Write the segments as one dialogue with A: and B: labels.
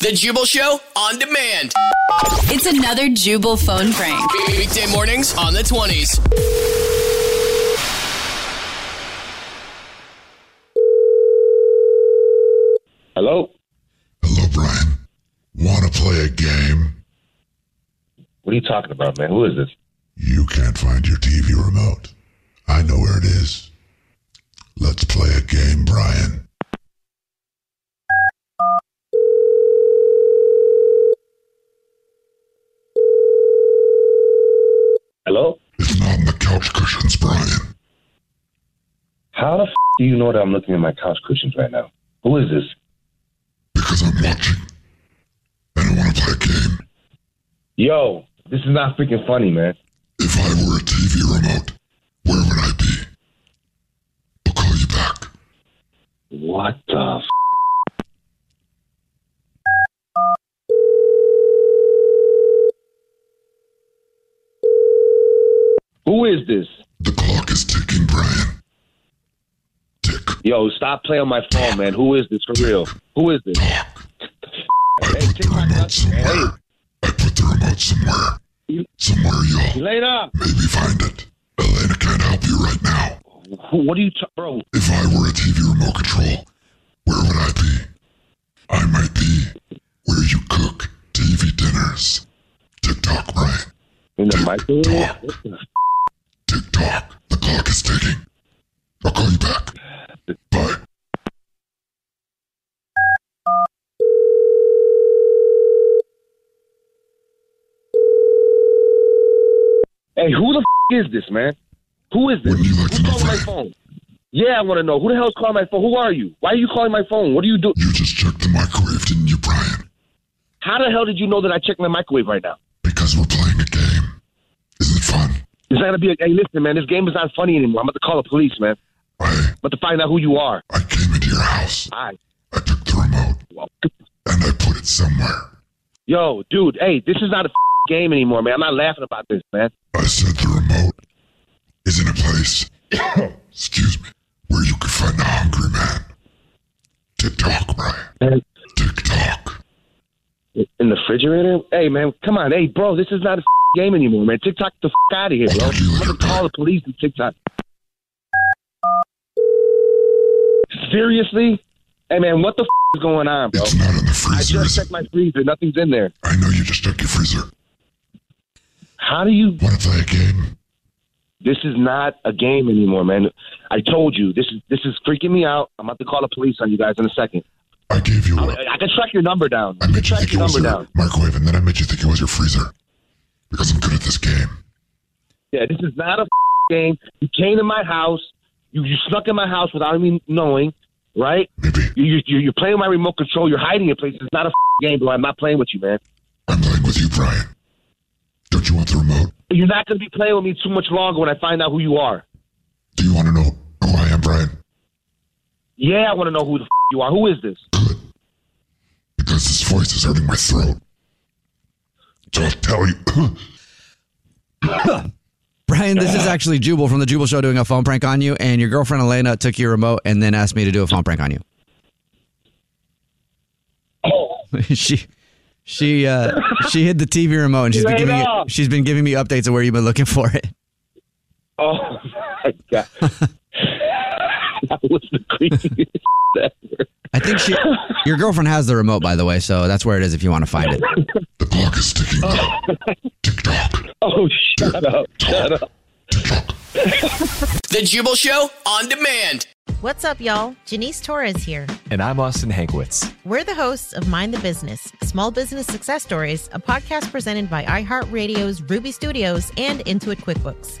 A: The Jubal Show on demand.
B: It's another Jubal phone prank.
A: Weekday mornings on the 20s.
C: Hello?
D: Hello, Brian. Want to play a game?
C: What are you talking about, man? Who is this?
D: You can't find your TV remote. I know where it is. Let's play a game, Brian.
C: Hello?
D: It's not in the couch cushions, Brian.
C: How the f- do you know that I'm looking at my couch cushions right now? Who is this?
D: Because I'm watching. And I want to play a game.
C: Yo, this is not freaking funny, man.
D: If I were a TV remote, where would I be? I'll call you back.
C: What the f- Who is this?
D: The clock is ticking, Brian. Tick
C: Yo, stop playing my phone, man. Who is this for real? Who is this?
D: tock. I put the remote somewhere. I put the remote somewhere. Somewhere y'all
C: Elena!
D: maybe find it. Elena can't help you right now.
C: Who, what are you, ta- bro?
D: If I were a TV remote control, where would I be? I might be where you cook TV dinners. TikTok, Brian.
C: In the microwave?
D: Talk. TikTok. The clock is ticking. I'll call you back. Bye.
C: Hey, who the f- is this, man? Who is this?
D: Wouldn't you like to
C: Who's
D: know,
C: calling my
D: Fred?
C: phone? Yeah, I want to know. Who the hell's calling my phone? Who are you? Why are you calling my phone? What are you doing?
D: You just checked the microwave, didn't you, Brian?
C: How the hell did you know that I checked my microwave right now?
D: Because we're playing a game. Isn't it fun?
C: It's not gonna be. A, hey, listen, man, this game is not funny anymore. I'm about to call the police, man.
D: I
C: I'm about to find out who you are.
D: I came into your house.
C: All right.
D: I took the remote
C: Well,
D: and I put it somewhere.
C: yo, dude. Hey, this is not a f- game anymore, man. I'm not laughing about this, man.
D: I said the remote is in a place, excuse me, where you can find a hungry man. TikTok, Brian.
C: man.
D: TikTok.
C: In the refrigerator? Hey, man, come on. Hey, bro, this is not a f- game anymore, man. TikTok the f- out of here, bro. I'm gonna call the police and TikTok. Seriously? Hey, man, what the f- is going on, bro?
D: It's not in the
C: I
D: freezer,
C: just
D: is
C: checked
D: it?
C: my freezer. Nothing's in there.
D: I know you just checked your freezer.
C: How do you?
D: Want to play a game?
C: This is not a game anymore, man. I told you this is this is freaking me out. I'm about to call the police on you guys in a second.
D: I gave you
C: I,
D: one.
C: I can track your number down.
D: I
C: I can
D: made you
C: track
D: think it
C: your
D: was
C: number
D: your
C: down.
D: microwave, and then I made you think it was your freezer. Because I'm good at this game.
C: Yeah, this is not a game. You came to my house. You you snuck in my house without me knowing, right?
D: Maybe
C: You, you you- you're playing with my remote control. You're hiding in place. It's not a game, bro. I'm not playing with you, man.
D: I'm playing with you, Brian. Don't you want the remote?
C: You're not gonna be playing with me too much longer when I find out who you are.
D: Do you want to know who I am, Brian?
E: Yeah, I want to know who the f- you are. Who is this?
D: because this voice is hurting my throat. So I'll tell you.
F: Brian, this is actually Jubal from the Jubal Show doing a phone prank on you, and your girlfriend Elena took your remote and then asked me to do a phone prank on you. she, she, uh, she hid the TV remote, and she's been giving
E: Elena!
F: me, she's been giving me updates of where you've been looking for it.
E: Oh my god, that was the creepiest ever.
F: I think she, your girlfriend has the remote, by the way, so that's where it is if you want to find it.
D: The clock is ticking now. Tick tock.
E: Oh shut up, shut up.
A: The Jubal Show on demand.
G: What's up, y'all? Janice Torres here.
H: And I'm Austin Hankwitz.
G: We're the hosts of Mind the Business Small Business Success Stories, a podcast presented by iHeartRadio's Ruby Studios and Intuit QuickBooks.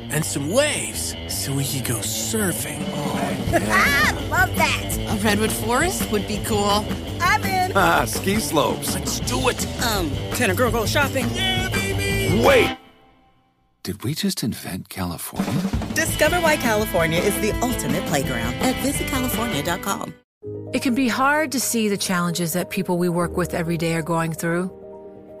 A: and some waves so we could go surfing. Oh.
I: Ah, Love that.
J: A redwood forest would be cool.
I: I'm in.
K: Ah, ski slopes.
A: Let's do it.
I: Um, can a girl go shopping?
K: Wait! Did we just invent California?
I: Discover why California is the ultimate playground at visitcalifornia.com.
L: It can be hard to see the challenges that people we work with every day are going through.